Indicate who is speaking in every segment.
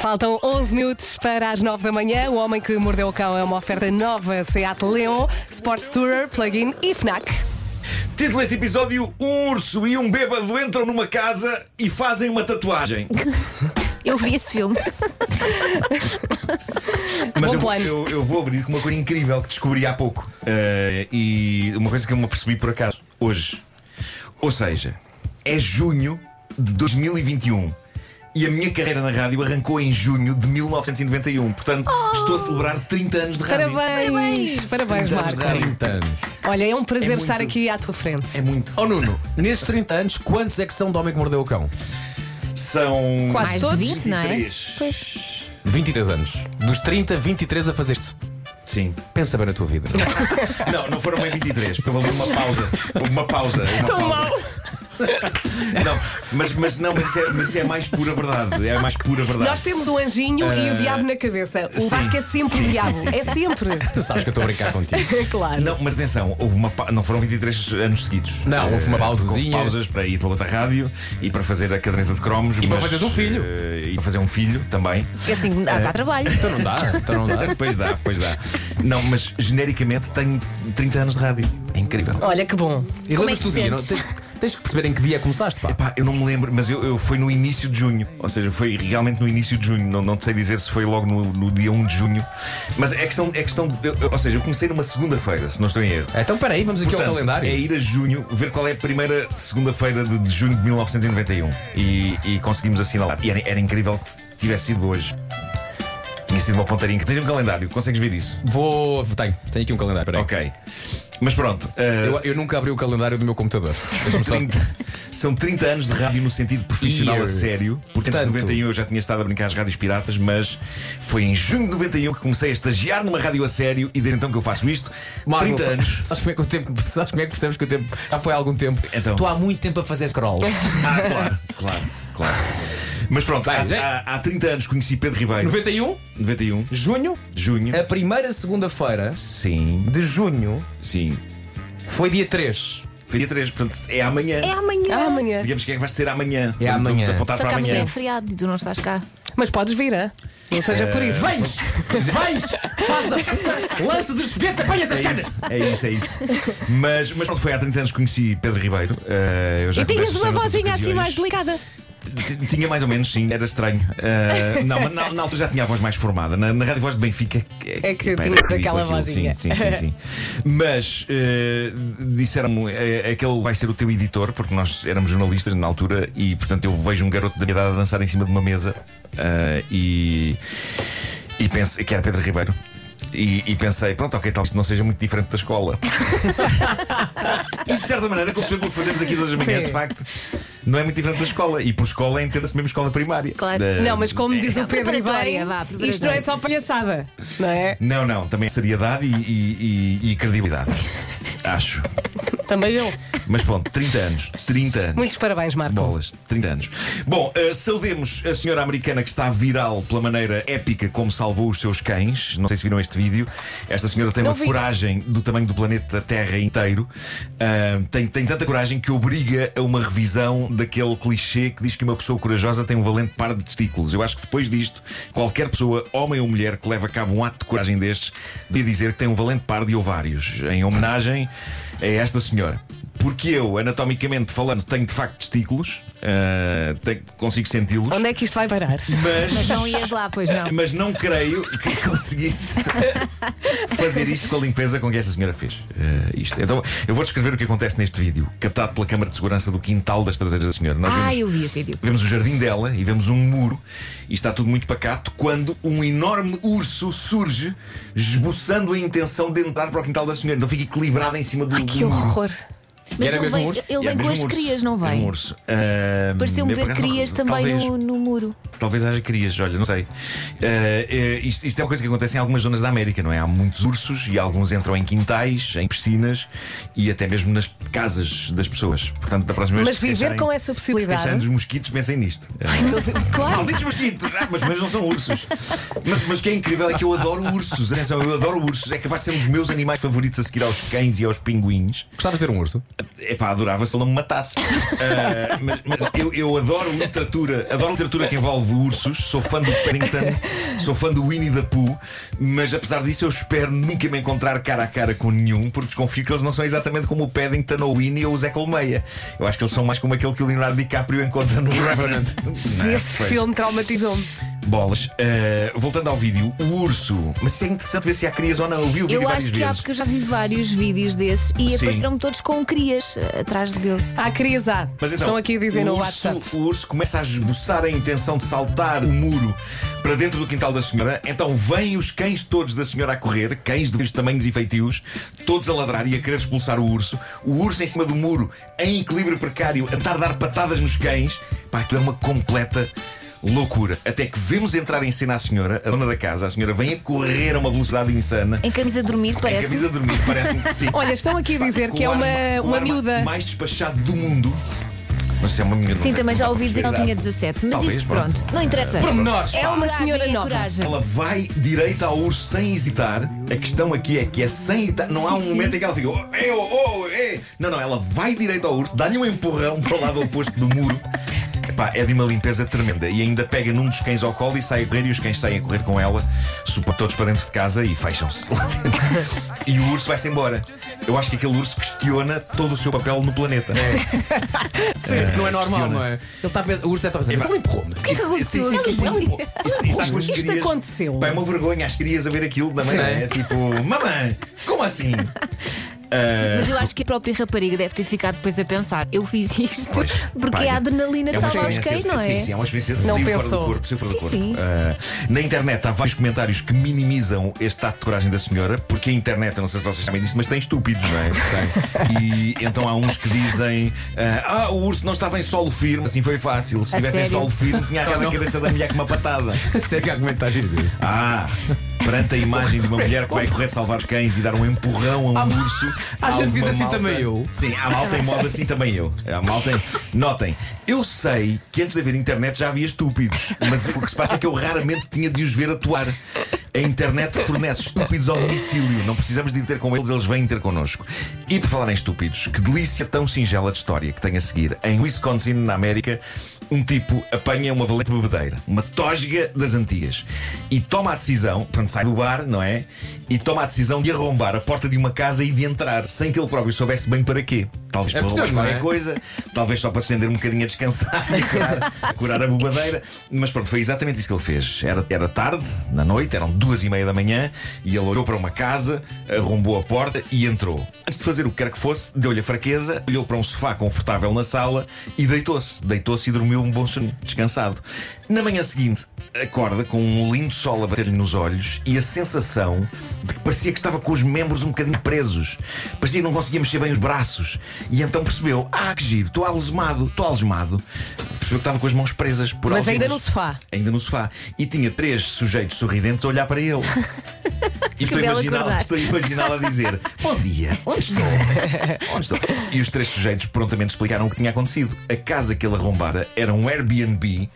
Speaker 1: Faltam 11 minutos para as 9 da manhã. O Homem que Mordeu o Cão é uma oferta nova Seat Leon, Sports Tourer, Plug-in e Fnac.
Speaker 2: Título deste episódio: Um urso e um bêbado entram numa casa e fazem uma tatuagem.
Speaker 3: Eu vi esse filme. É
Speaker 2: Mas
Speaker 1: Bom
Speaker 2: eu, vou-
Speaker 1: plano.
Speaker 2: eu- eu vou abrir com uma coisa incrível que descobri há pouco. Eh, e uma coisa que eu me apercebi por acaso hoje. Ou seja, é junho de 2021. E a minha carreira na rádio arrancou em junho de 1991. Portanto, estou a celebrar 30 anos de rádio.
Speaker 1: Oh! Parabéns! Parabéns,
Speaker 2: 30 anos de
Speaker 1: Marco.
Speaker 2: rádio.
Speaker 4: 30 anos.
Speaker 1: Olha, é um prazer
Speaker 2: É muito-
Speaker 1: estar aqui à tua frente.
Speaker 2: É muito.
Speaker 4: Ó Nuno, nesses 30 anos, quantos é que são do homem que mordeu o cão?
Speaker 2: São.
Speaker 1: Quase
Speaker 3: Mais de
Speaker 1: todos.
Speaker 3: 20, não é?
Speaker 2: 23.
Speaker 3: Pois.
Speaker 4: 23 anos. Dos 30, 23 a fazer-te.
Speaker 2: Sim.
Speaker 4: Pensa bem na tua vida.
Speaker 2: Não, não foram bem 23, porque houve ali uma pausa. Houve uma pausa. Uma pausa. Não, mas, mas não, mas isso, é, mas isso é mais pura verdade. É mais pura verdade.
Speaker 1: Nós temos o anjinho e o diabo na cabeça. O
Speaker 2: Eh, sim.
Speaker 1: Vasco é sempre o
Speaker 2: Sim,
Speaker 1: diabo.
Speaker 2: sim, sim,
Speaker 1: é sempre.
Speaker 4: tu sabes que eu estou a brincar contigo.
Speaker 1: claro.
Speaker 2: Não, mas atenção, houve uma pa- não foram 23 anos seguidos.
Speaker 4: Não,
Speaker 2: Eh,
Speaker 4: houve uma pausazinha.
Speaker 2: Houve pausas para ir para outra rádio e para fazer a caderneta de cromos. E
Speaker 4: para fazeres um filho.
Speaker 2: e para fazer um filho também.
Speaker 3: É assim, dá, dá trabalho.
Speaker 4: Então não dá, então não dá.
Speaker 2: Pois dá, pois dá. Não, mas genericamente tenho 30 anos de rádio. É incrível.
Speaker 1: Olha que bom.
Speaker 4: E
Speaker 3: Como é
Speaker 4: lembras-te
Speaker 3: que
Speaker 4: do dia, não?
Speaker 3: sentes?
Speaker 4: Tens, tens que perceber em que dia começaste, pá.
Speaker 2: Pá, eu não me lembro, mas eu, eu foi no início de junho, ou seja, foi realmente no início de junho, não, não sei dizer se foi logo no, no dia 1 de junho, mas é questão, é questão de- eu- eu- ou seja, eu comecei numa segunda-feira, se não estou em erro.
Speaker 4: Então peraí, vamos aqui ao
Speaker 2: Portanto,
Speaker 4: calendário.
Speaker 2: é ir a junho, ver qual é a primeira segunda-feira de, de junho de 1991 e, e conseguimos assinalar. E era, era incrível que tivesse sido hoje. Tinha sido uma pontarinha. Tens um calendário, consegues ver isso?
Speaker 4: Vou. Tenho, tenho aqui um calendário, peraí.
Speaker 2: Ok. Mas pronto,
Speaker 4: Eu,
Speaker 2: ah,
Speaker 4: eu nunca abri o calendário do meu computador. Deixa-me só-
Speaker 2: 30 são 30 anos de rádio no sentido profissional
Speaker 4: Year.
Speaker 2: a sério. Porque antes de
Speaker 4: Tanto.
Speaker 2: 91 eu já tinha estado a brincar às rádios piratas, mas foi em junho de 91 que comecei a estagiar numa rádio a sério e desde então que eu faço isto.
Speaker 4: Marco,
Speaker 2: 30
Speaker 4: sa-
Speaker 2: anos.
Speaker 4: Sabes como, é que o tempo, sabes como é que percebes que o tempo já foi há algum tempo?
Speaker 2: Então.
Speaker 4: Tu há muito tempo a fazer scroll.
Speaker 2: Ah, claro, claro, claro. Mas pronto,
Speaker 4: Vai,
Speaker 2: há,
Speaker 4: vai.
Speaker 2: há- há 30 anos conheci Pedro Ribeiro.
Speaker 4: 91,
Speaker 2: 91,
Speaker 4: junho,
Speaker 2: junho.
Speaker 4: a primeira segunda-feira
Speaker 2: Sim,
Speaker 4: de junho
Speaker 2: sim.
Speaker 4: foi dia 3.
Speaker 2: Foi dia 3, portanto é amanhã.
Speaker 3: É amanhã.
Speaker 1: Amanhã.
Speaker 2: Digamos que é que vai ser amanhã.
Speaker 4: É amanhã.
Speaker 2: Vamos apontar
Speaker 3: Só
Speaker 2: para
Speaker 3: que amanhã
Speaker 2: amanhã.
Speaker 3: é feriado e tu não estás cá.
Speaker 1: Mas podes vir, hã? Não seja
Speaker 2: Eh,
Speaker 1: por isso.
Speaker 4: Vens! Vens! Faz a festa! Lança dos foguetes, apanhas as
Speaker 2: É isso, é isso, é isso. Mas, mas pronto, foi há 30 anos que conheci Pedro Ribeiro. Eh, eu já
Speaker 1: E tinhas
Speaker 2: converso
Speaker 1: uma
Speaker 2: sobre outras
Speaker 1: vozinha assim
Speaker 2: ocasiões.
Speaker 1: mais delicada.
Speaker 2: T- Tinha mais ou menos, sim, era estranho. Eh, não, mas na, na altura já tinha a voz mais formada. Na, na Rádio Voz de Benfica.
Speaker 1: É que
Speaker 2: pá,
Speaker 1: tinha
Speaker 2: era ridículo
Speaker 1: aquela
Speaker 2: aquilo.
Speaker 1: vozinha.
Speaker 2: Sim, sim, sim. sim. Mas eh, disseram-me: eh, aquele vai ser o teu editor, porque nós éramos jornalistas na altura e, portanto, eu vejo um garoto da minha idade a dançar em cima de uma mesa eh, e, e penso que era Pedro Ribeiro. E, e pensei, pronto, ok, talvez isto não seja muito diferente da escola. E de certa maneira, conceber o que fazemos aqui todas as manhãs,
Speaker 1: Sim.
Speaker 2: de facto, não é muito diferente da escola. E por escola entenda-se mesmo escola primária.
Speaker 3: Claro.
Speaker 2: Da-
Speaker 1: Não, mas como
Speaker 2: é-
Speaker 1: diz o Pedro
Speaker 3: preparatória,
Speaker 1: Ribeiro,
Speaker 3: vá,
Speaker 1: isto não é
Speaker 3: preparatória.
Speaker 1: só palhaçada, não é?
Speaker 2: Não, não, também é seriedade e, e- e- e credibilidade. Acho.
Speaker 1: Também eu.
Speaker 2: Mas pronto, 30 anos. 30 anos.
Speaker 1: Muitos parabéns, Marco.
Speaker 2: Bolas, 30 anos. Bom, eh, saudemos a senhora americana que está viral pela maneira épica como salvou os seus cães. Não sei se viram este vídeo. Esta senhora tem
Speaker 1: Não
Speaker 2: uma
Speaker 1: vi.
Speaker 2: coragem do tamanho do planeta Terra inteiro. Ah, tem, tem tanta coragem que obriga a uma revisão daquele clichê que diz que uma pessoa corajosa tem um valente par de testículos. Eu acho que depois disto, qualquer pessoa, homem ou mulher, que leva a cabo um ato de coragem destes, devia dizer que tem um valente par de ovários. Em homenagem a É esta senhora. Porque eu, anatomicamente falando, tenho de facto testículos, ah, tenho- consigo senti-los,
Speaker 1: Onde é que isto vai parar?
Speaker 3: Mas
Speaker 2: mas,
Speaker 3: não ias lá, pois não.
Speaker 2: mas não creio que conseguisse fazer isto com a limpeza com que esta senhora fez. Ah, isto. Então, eu vou descrever o que acontece neste vídeo, captado pela câmara de segurança do quintal das traseiras da senhora. Nós
Speaker 3: Ah,
Speaker 2: vemos-
Speaker 3: eu vi esse vídeo.
Speaker 2: Vemos o jardim dela e vemos um muro e está tudo muito pacato quando um enorme urso surge, esboçando a intenção de entrar para o quintal da senhora. Então fica equilibrada em cima do,
Speaker 1: Ai, que
Speaker 2: do muro.
Speaker 1: horror.
Speaker 3: Mas
Speaker 4: era
Speaker 3: ele
Speaker 4: mesmo
Speaker 3: vem,
Speaker 4: urso?
Speaker 2: É,
Speaker 3: ele vem com
Speaker 2: mesmo
Speaker 3: as
Speaker 2: urso.
Speaker 3: crias, não
Speaker 2: Mesmo um
Speaker 3: vem?
Speaker 2: urso. Ahm,
Speaker 3: Pareceu-me
Speaker 2: eu, por
Speaker 3: ver
Speaker 2: acaso, não
Speaker 3: crias
Speaker 2: recordo.
Speaker 3: também
Speaker 2: Talvez,
Speaker 3: no, no muro.
Speaker 2: talvez haja crias, olha, não sei. Ah, eh, isto, isto é uma coisa que acontece em algumas zonas da América, não é? Há muitos ursos e alguns entram em quintais, em piscinas e até mesmo nas casas das pessoas. Portanto, da próxima vez
Speaker 1: Mas
Speaker 2: que se
Speaker 1: viver
Speaker 2: queixarem-
Speaker 1: com essa
Speaker 2: Se
Speaker 1: possibilidade-
Speaker 2: queixarem dos mosquitos, pensem nisto. Ah.
Speaker 1: Claro.
Speaker 2: Malditos mosquitos! Ah, mas, mas não são ursos. Mas, mas o que é incrível é que eu adoro ursos. Atenção, eu adoro ursos. É capaz de ser um dos meus animais favoritos a seguir aos cães e aos pinguins.
Speaker 4: Gostavas de ter um urso?
Speaker 2: Epá, adorava se ele não me matasse. Ah, mas mas eu, eu adoro literatura, adoro literatura que envolve ursos, sou fã do Paddington, sou fã do Winnie the Pooh, mas apesar disso eu espero nunca me encontrar cara a cara com nenhum, porque desconfio que eles não são exatamente como o Paddington ou o Winnie ou o Zé Colmeia. Eu acho que eles são mais como aquele que o Leonardo DiCaprio encontra no Revenant. Não é?
Speaker 1: Esse
Speaker 2: Pois.
Speaker 1: filme traumatizou-me.
Speaker 2: Bolas. Ah, voltando ao vídeo, o urso. Mas isso é interessante ver se há crias ou não. Eu vi o vídeo
Speaker 3: Eu
Speaker 2: várias
Speaker 3: acho que há,
Speaker 2: vezes.
Speaker 3: porque eu já vi vários vídeos desses e depois
Speaker 2: Sim.
Speaker 3: estão todos com crias eh, atrás dele.
Speaker 1: Há crias há.
Speaker 2: Mas então,
Speaker 1: Estão aqui a dizer
Speaker 2: o
Speaker 1: no
Speaker 2: urso,
Speaker 1: WhatsApp.
Speaker 2: O urso começa a esboçar a intenção de saltar o muro para dentro do quintal da senhora. Então vêm os cães todos da senhora a correr, cães de vários tamanhos e feitios, todos a ladrar e a querer expulsar o urso. O urso em cima do muro, em equilíbrio precário, a tentar dar patadas nos cães. Pá, aquilo é uma completa. Loucura, até que vemos entrar em cena a senhora, a dona da casa, a senhora vem a correr a uma velocidade insana,
Speaker 3: Em camisa de dormir,
Speaker 2: em
Speaker 3: parece.
Speaker 2: camisa de dormir, parece-me que sim.
Speaker 1: Olha, estão aqui a
Speaker 2: Ah, Pá,
Speaker 1: dizer
Speaker 2: com
Speaker 1: que é
Speaker 2: o ar
Speaker 1: uma,
Speaker 2: ma- com o
Speaker 1: uma
Speaker 2: ar ma-
Speaker 1: miúda.
Speaker 2: mais despachado do mundo. Mas se é uma miúda.
Speaker 3: Sim,
Speaker 2: não é?
Speaker 3: também já
Speaker 2: Não dá
Speaker 3: ouvi dizer que
Speaker 2: para
Speaker 3: não tinha
Speaker 2: perceber.
Speaker 3: 17, mas
Speaker 2: Talvez,
Speaker 3: isso
Speaker 2: pronto.
Speaker 3: pronto, não interessa.
Speaker 4: Pormenores.
Speaker 3: É uma
Speaker 1: Coragem,
Speaker 3: senhora
Speaker 1: é
Speaker 3: nova.
Speaker 1: coragem.
Speaker 2: Ela vai direita ao urso sem hesitar. A questão aqui é que é sem hesitar. Não há um
Speaker 3: Sim,
Speaker 2: momento
Speaker 3: sim.
Speaker 2: em que ela fica. Oh, é, oh, oh, é. Não, não, ela vai direita ao urso, dá-lhe um empurrão para o lado oposto do muro. Epá, é de uma limpeza tremenda. E ainda pega num dos cães ao colo e sai a correr. E os cães saem a correr com ela, super todos para dentro de casa e fecham-se lá dentro. E o urso vai-se embora. Eu acho que aquele urso questiona todo o seu papel no planeta.
Speaker 4: Porque não é normal, não é? Ele está a pe- o urso deve estar a pensar, mas ele empurrou-me.
Speaker 2: que
Speaker 3: que aconteceu?
Speaker 2: Sim, sim, sim,
Speaker 4: Não,
Speaker 2: sim.
Speaker 4: pô.
Speaker 2: Isso, isso, às
Speaker 1: Isto
Speaker 2: crias-
Speaker 1: aconteceu.
Speaker 2: Pá, é uma vergonha às crias a ver aquilo da manhã.
Speaker 4: Sim.
Speaker 2: É tipo, mamãe, como assim? Ah,
Speaker 3: Mas eu acho que a própria rapariga deve ter ficado depois a pensar: eu fiz isto
Speaker 2: Pois,
Speaker 3: porque
Speaker 2: pá,
Speaker 3: é a adrenalina de
Speaker 2: uma
Speaker 3: salvar os cães,
Speaker 2: experiência-
Speaker 3: não é?
Speaker 2: Sim, sim, é uma experiência de
Speaker 1: Não
Speaker 2: sair fora
Speaker 1: pensou.
Speaker 2: do corpo. sair fora do
Speaker 3: Sim,
Speaker 2: corpo.
Speaker 3: sim.
Speaker 2: Ah, na internet há vários comentários que minimizam este ato de coragem da senhora, porque a internet, eu não sei se vocês sabem disso, mas tem estúpidos, não é? Tem. E então há uns que dizem: ah, ah, o urso não estava em solo firme, assim foi fácil. Se
Speaker 3: A
Speaker 2: estivesse em
Speaker 3: sério?
Speaker 2: solo firme, tinha aquela
Speaker 4: não.
Speaker 2: cabeça da mulher com uma patada.
Speaker 4: Sério que há comentários disso?
Speaker 2: Ah, perante a imagem de uma mulher que vai correr salvar os cães e dar um empurrão a um urso.
Speaker 4: há gente que
Speaker 2: alguma
Speaker 4: diz assim
Speaker 2: malta-
Speaker 4: também eu.
Speaker 2: Sim, há malta em moda assim também eu. Há malta em... Notem, eu sei que antes de haver internet já havia estúpidos, mas o que se passa é que eu raramente tinha de os ver atuar. A internet fornece estúpidos ao domicílio, não precisamos de ir ter com eles, eles vêm ter connosco. E por falar em estúpidos, que delícia tão singela de história que tem a seguir. Em Wisconsin, na América, um tipo apanha uma valente bebedeira, uma tosga das antigas, e toma a decisão, portanto sai do bar, não é? E toma a decisão de arrombar a porta de uma casa e de entrar, sem que ele próprio soubesse bem para quê. Talvez
Speaker 4: É
Speaker 2: para roubar
Speaker 4: preciso, não é?
Speaker 2: qualquer coisa, talvez só para acender um bocadinho a descansar e a curar, a curar a bobadeira. Mas pronto, foi exatamente isso que ele fez. Era, era tarde, na noite, eram duas e meia da manhã, e ele olhou para uma casa, arrombou a porta e entrou. Antes de fazer o que quer que fosse, deu-lhe a fraqueza, olhou para um sofá confortável na sala e deitou-se. Deitou-se e dormiu um bom soninho, descansado. Na manhã seguinte, acorda com um lindo sol a bater-lhe nos olhos e a sensação de que parecia que estava com os membros um bocadinho presos. Parecia que não conseguia mexer bem os braços. E então percebeu: ah, que giro, estou algemado, estou algemado. Percebeu que estava com as mãos presas por
Speaker 1: Mas ainda
Speaker 2: algemas.
Speaker 1: no sofá.
Speaker 2: Ainda no sofá. E tinha três sujeitos sorridentes a olhar para ele. E estou a
Speaker 3: belo
Speaker 2: imaginá-lo-
Speaker 3: acordar.
Speaker 2: estou a imaginá-lo a dizer: Bom dia, onde estou? Onde estou? E os três sujeitos prontamente explicaram o que tinha acontecido. A casa que ele arrombara era um Airbnb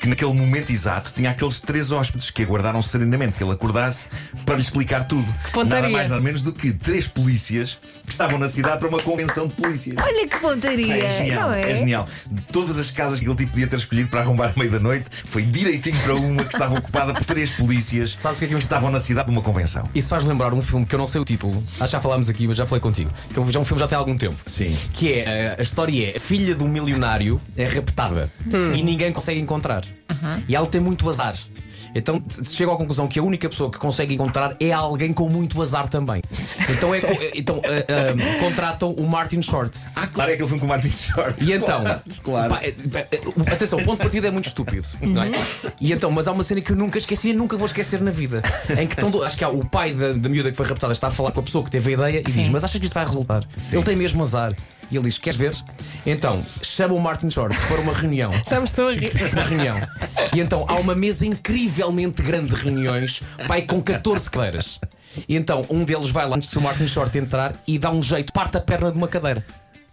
Speaker 2: que, naquele momento exato, tinha aqueles três hóspedes que aguardaram serenamente que ele acordasse para lhe explicar tudo.
Speaker 1: pontaria.
Speaker 2: Nada mais, nada menos do que três polícias que estavam na cidade para uma convenção de polícias.
Speaker 3: Olha que pontaria,
Speaker 2: É genial,
Speaker 3: não é?
Speaker 2: é genial. De todas as casas que ele tipo podia ter escolhido para arrombar à meia-da-noite, foi direitinho para uma que estava ocupada por três polícias
Speaker 4: Sabes o que é que eu-
Speaker 2: estavam na cidade de uma convenção.
Speaker 4: Isso faz lembrar um filme que eu não sei o título, acho que já falámos aqui, mas já falei contigo. Que é um- já é um filme já tem algum tempo.
Speaker 2: Sim.
Speaker 4: Que é, eh, a história é: a filha de um milionário é raptada e ninguém consegue encontrar. E ela tem muito azar. Então t- chega à conclusão que a única pessoa que consegue encontrar é alguém com muito azar também. Então, é, co- então eh, eh, contratam o Martin Short.
Speaker 2: Ah, claro, é aquele filme com o Martin Short.
Speaker 4: E então,
Speaker 2: Claro.
Speaker 4: pá, é- pá, é- atenção, o ponto de partida é muito estúpido, não é? E então, mas há uma cena que eu nunca esqueci e nunca vou esquecer na vida. Em que estão, do- acho que há o pai da, da miúda que foi raptada está a falar com a pessoa que teve a ideia e
Speaker 3: Sim.
Speaker 4: diz: Mas achas que isto vai resultar? Ele tem mesmo azar. E ele diz: Queres ver? Então, chama o Martin Short para uma reunião
Speaker 1: Já me estou a rir.
Speaker 4: uma reunião. E então há uma mesa incrivelmente grande de reuniões, pai, com 14 cadeiras. E então um deles vai lá antes do Martin Short entrar e dá um jeito, parte a perna de uma cadeira.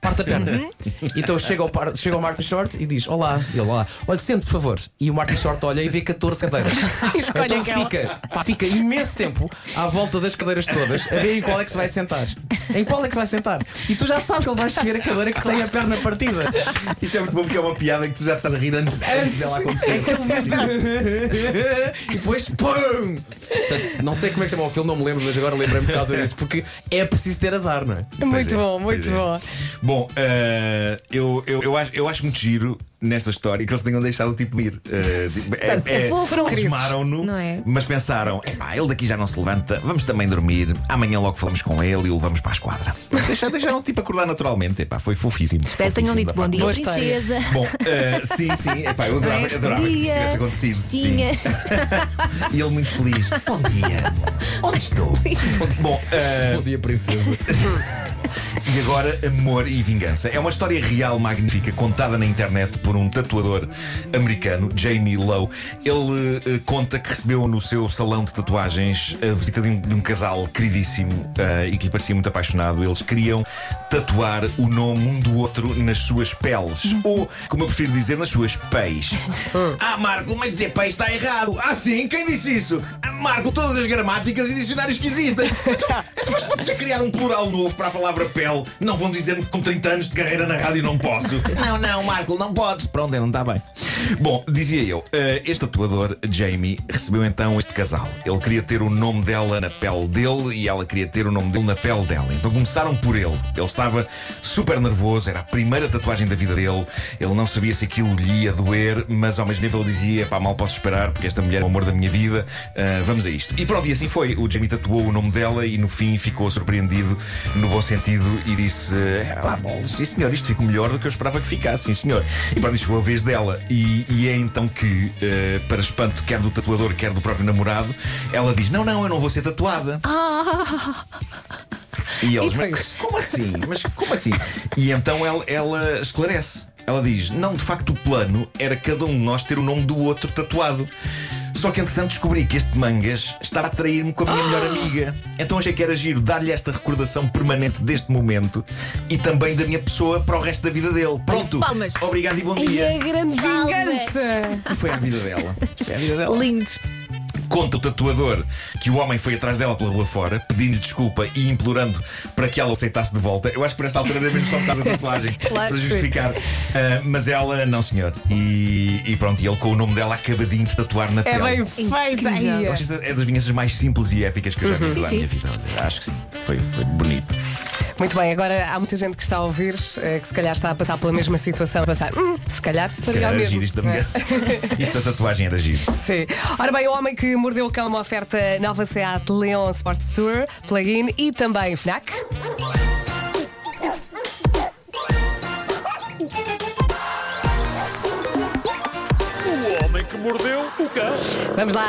Speaker 4: Parte a perna.
Speaker 1: Uhum.
Speaker 4: Então chega ao, par- chega ao Martin Short e diz: Olá, ele lá, olha, sente, por favor. E o Martin Short olha e vê 14 cadeiras.
Speaker 1: Escolhe
Speaker 4: então
Speaker 1: aquela.
Speaker 4: fica, pá, fica imenso tempo à volta das cadeiras todas a ver em qual é que se vai sentar. Em qual é que se vai sentar? E tu já sabes que ele vai escolher a cadeira que tem a perna partida.
Speaker 2: Isso é muito bom porque é uma piada que tu já estás a rir antes,
Speaker 3: É,
Speaker 2: antes dela acontecer.
Speaker 4: e depois, pum! Portanto, não sei como é que chama o filme, não me lembro, mas agora lembrei-me por causa disso, porque é preciso ter azar, não é?
Speaker 2: Pois
Speaker 1: Muito
Speaker 2: é,
Speaker 1: bom, muito
Speaker 2: pois é.
Speaker 1: bom.
Speaker 2: Bom, eh, eu, eu, eu, acho, eu acho muito giro nesta história que eles tenham deixado o tipo de ir. Eh, tipo, é,
Speaker 3: É fofo.
Speaker 2: Desmaram-no,
Speaker 3: Não é?
Speaker 2: mas pensaram: epá, ele daqui já não se levanta, vamos também dormir, amanhã logo falamos com ele e o levamos para a esquadra. Mas deixaram, deixaram o tipo acordar naturalmente, epá, foi fofíssimo.
Speaker 3: Espero que tenham
Speaker 2: fofíssimo
Speaker 3: dito
Speaker 2: da
Speaker 3: bom dia,
Speaker 1: Boa história.
Speaker 3: princesa.
Speaker 2: parte. Bom, eh, sim, sim, epá, eu adorava,
Speaker 3: Bom
Speaker 2: adorava que isso
Speaker 3: dia,
Speaker 2: tivesse acontecido. Sim.
Speaker 3: festinhas.
Speaker 2: E ele muito feliz. Bom dia. Onde estou? Bom, eh,
Speaker 4: Bom dia, princesa.
Speaker 2: E agora, Amor e Vingança. É uma história real magnífica contada na internet por um tatuador americano, Jamie Lowe. Ele eh, conta que recebeu no seu salão de tatuagens a visita de um, de um casal queridíssimo eh, e que lhe parecia muito apaixonado. Eles queriam tatuar o nome um do outro nas suas peles. Ou, como eu prefiro dizer, nas suas peis. ah, Marco, mas dizer peis está errado. Ah, sim? Quem disse isso? Ah, Marco, todas as gramáticas e dicionários que existem. Mas vou dizer criar um plural novo para a palavra pele. Não vão dizer-me que com 30 anos de carreira na rádio não posso. Não, não, Marco, não podes. Pronto, não está bem. Bom, dizia eu, eh, este atuador, Jamie, recebeu então este casal. Ele queria ter o nome dela na pele dele e ela queria ter o nome dele na pele dela. Então começaram por ele. Ele estava super nervoso, era a primeira tatuagem da vida dele. Ele não sabia se aquilo lhe ia doer, mas ao mesmo tempo ele dizia: pá, mal posso esperar porque esta mulher é o amor da minha vida. Ah, vamos a isto. E pronto, e assim foi. O Jamie tatuou o nome dela e no fim ficou surpreendido no bom sentido e disse: "Eh, Ah, bom, sim senhor, isto ficou melhor do que eu esperava que ficasse, sim senhor. E pronto, e chegou a vez dela. E, e é então que, eh, para espanto quer do tatuador, quer do próprio namorado, ela diz: Não, não, eu não vou ser tatuada. E eles,
Speaker 1: depois?
Speaker 2: mas como assim? Mas como assim? E então ela, ela esclarece. Ela diz: Não, de facto, o plano era cada um de nós ter o nome do outro tatuado. Só que entretanto descobri que este mangas estava a trair-me com a minha melhor amiga. Então achei que era giro dar-lhe esta recordação permanente deste momento e também da minha pessoa para o resto da vida dele. Pronto.
Speaker 3: palmas.
Speaker 2: Obrigado e bom
Speaker 1: E a
Speaker 2: dia.
Speaker 1: é grande vingança!
Speaker 2: E foi à vida dela. Foi à vida dela.
Speaker 3: Lindo.
Speaker 2: Conta o tatuador que o homem foi atrás dela pela rua fora, pedindo desculpa e implorando para que ela o aceitasse de volta. Eu acho que por esta altura era mesmo só por causa da tatuagem,
Speaker 3: Claro
Speaker 2: para
Speaker 3: que sim.
Speaker 2: justificar. Ah, mas ela, não, senhor. E, e pronto, e ele com o nome dela acabadinho de tatuar na
Speaker 1: É
Speaker 2: pele.
Speaker 1: bem feito!
Speaker 2: Eu
Speaker 3: Incrível.
Speaker 1: Ai,
Speaker 2: acho que esta é das vinganças mais simples e épicas que eu já vi
Speaker 3: Sim,
Speaker 2: toda a
Speaker 3: sim.
Speaker 2: minha vida. Acho que sim. Foi, foi bonito.
Speaker 1: Muito bem, agora há muita gente que está a ouvir, eh, que se calhar está a passar pela mesma situação, a pensar, "Hum, se calhar seria
Speaker 2: Era
Speaker 1: o mesmo.
Speaker 2: giro isto da
Speaker 1: não é?
Speaker 2: vingança. Isto da tatuagem era giro.
Speaker 1: Sim. Ora bem, o homem que mordeu o cão, uma oferta nova SEAT Leon Sports Tour, plug-in e também FNAC.
Speaker 5: O homem que mordeu o cão.
Speaker 1: Vamos lá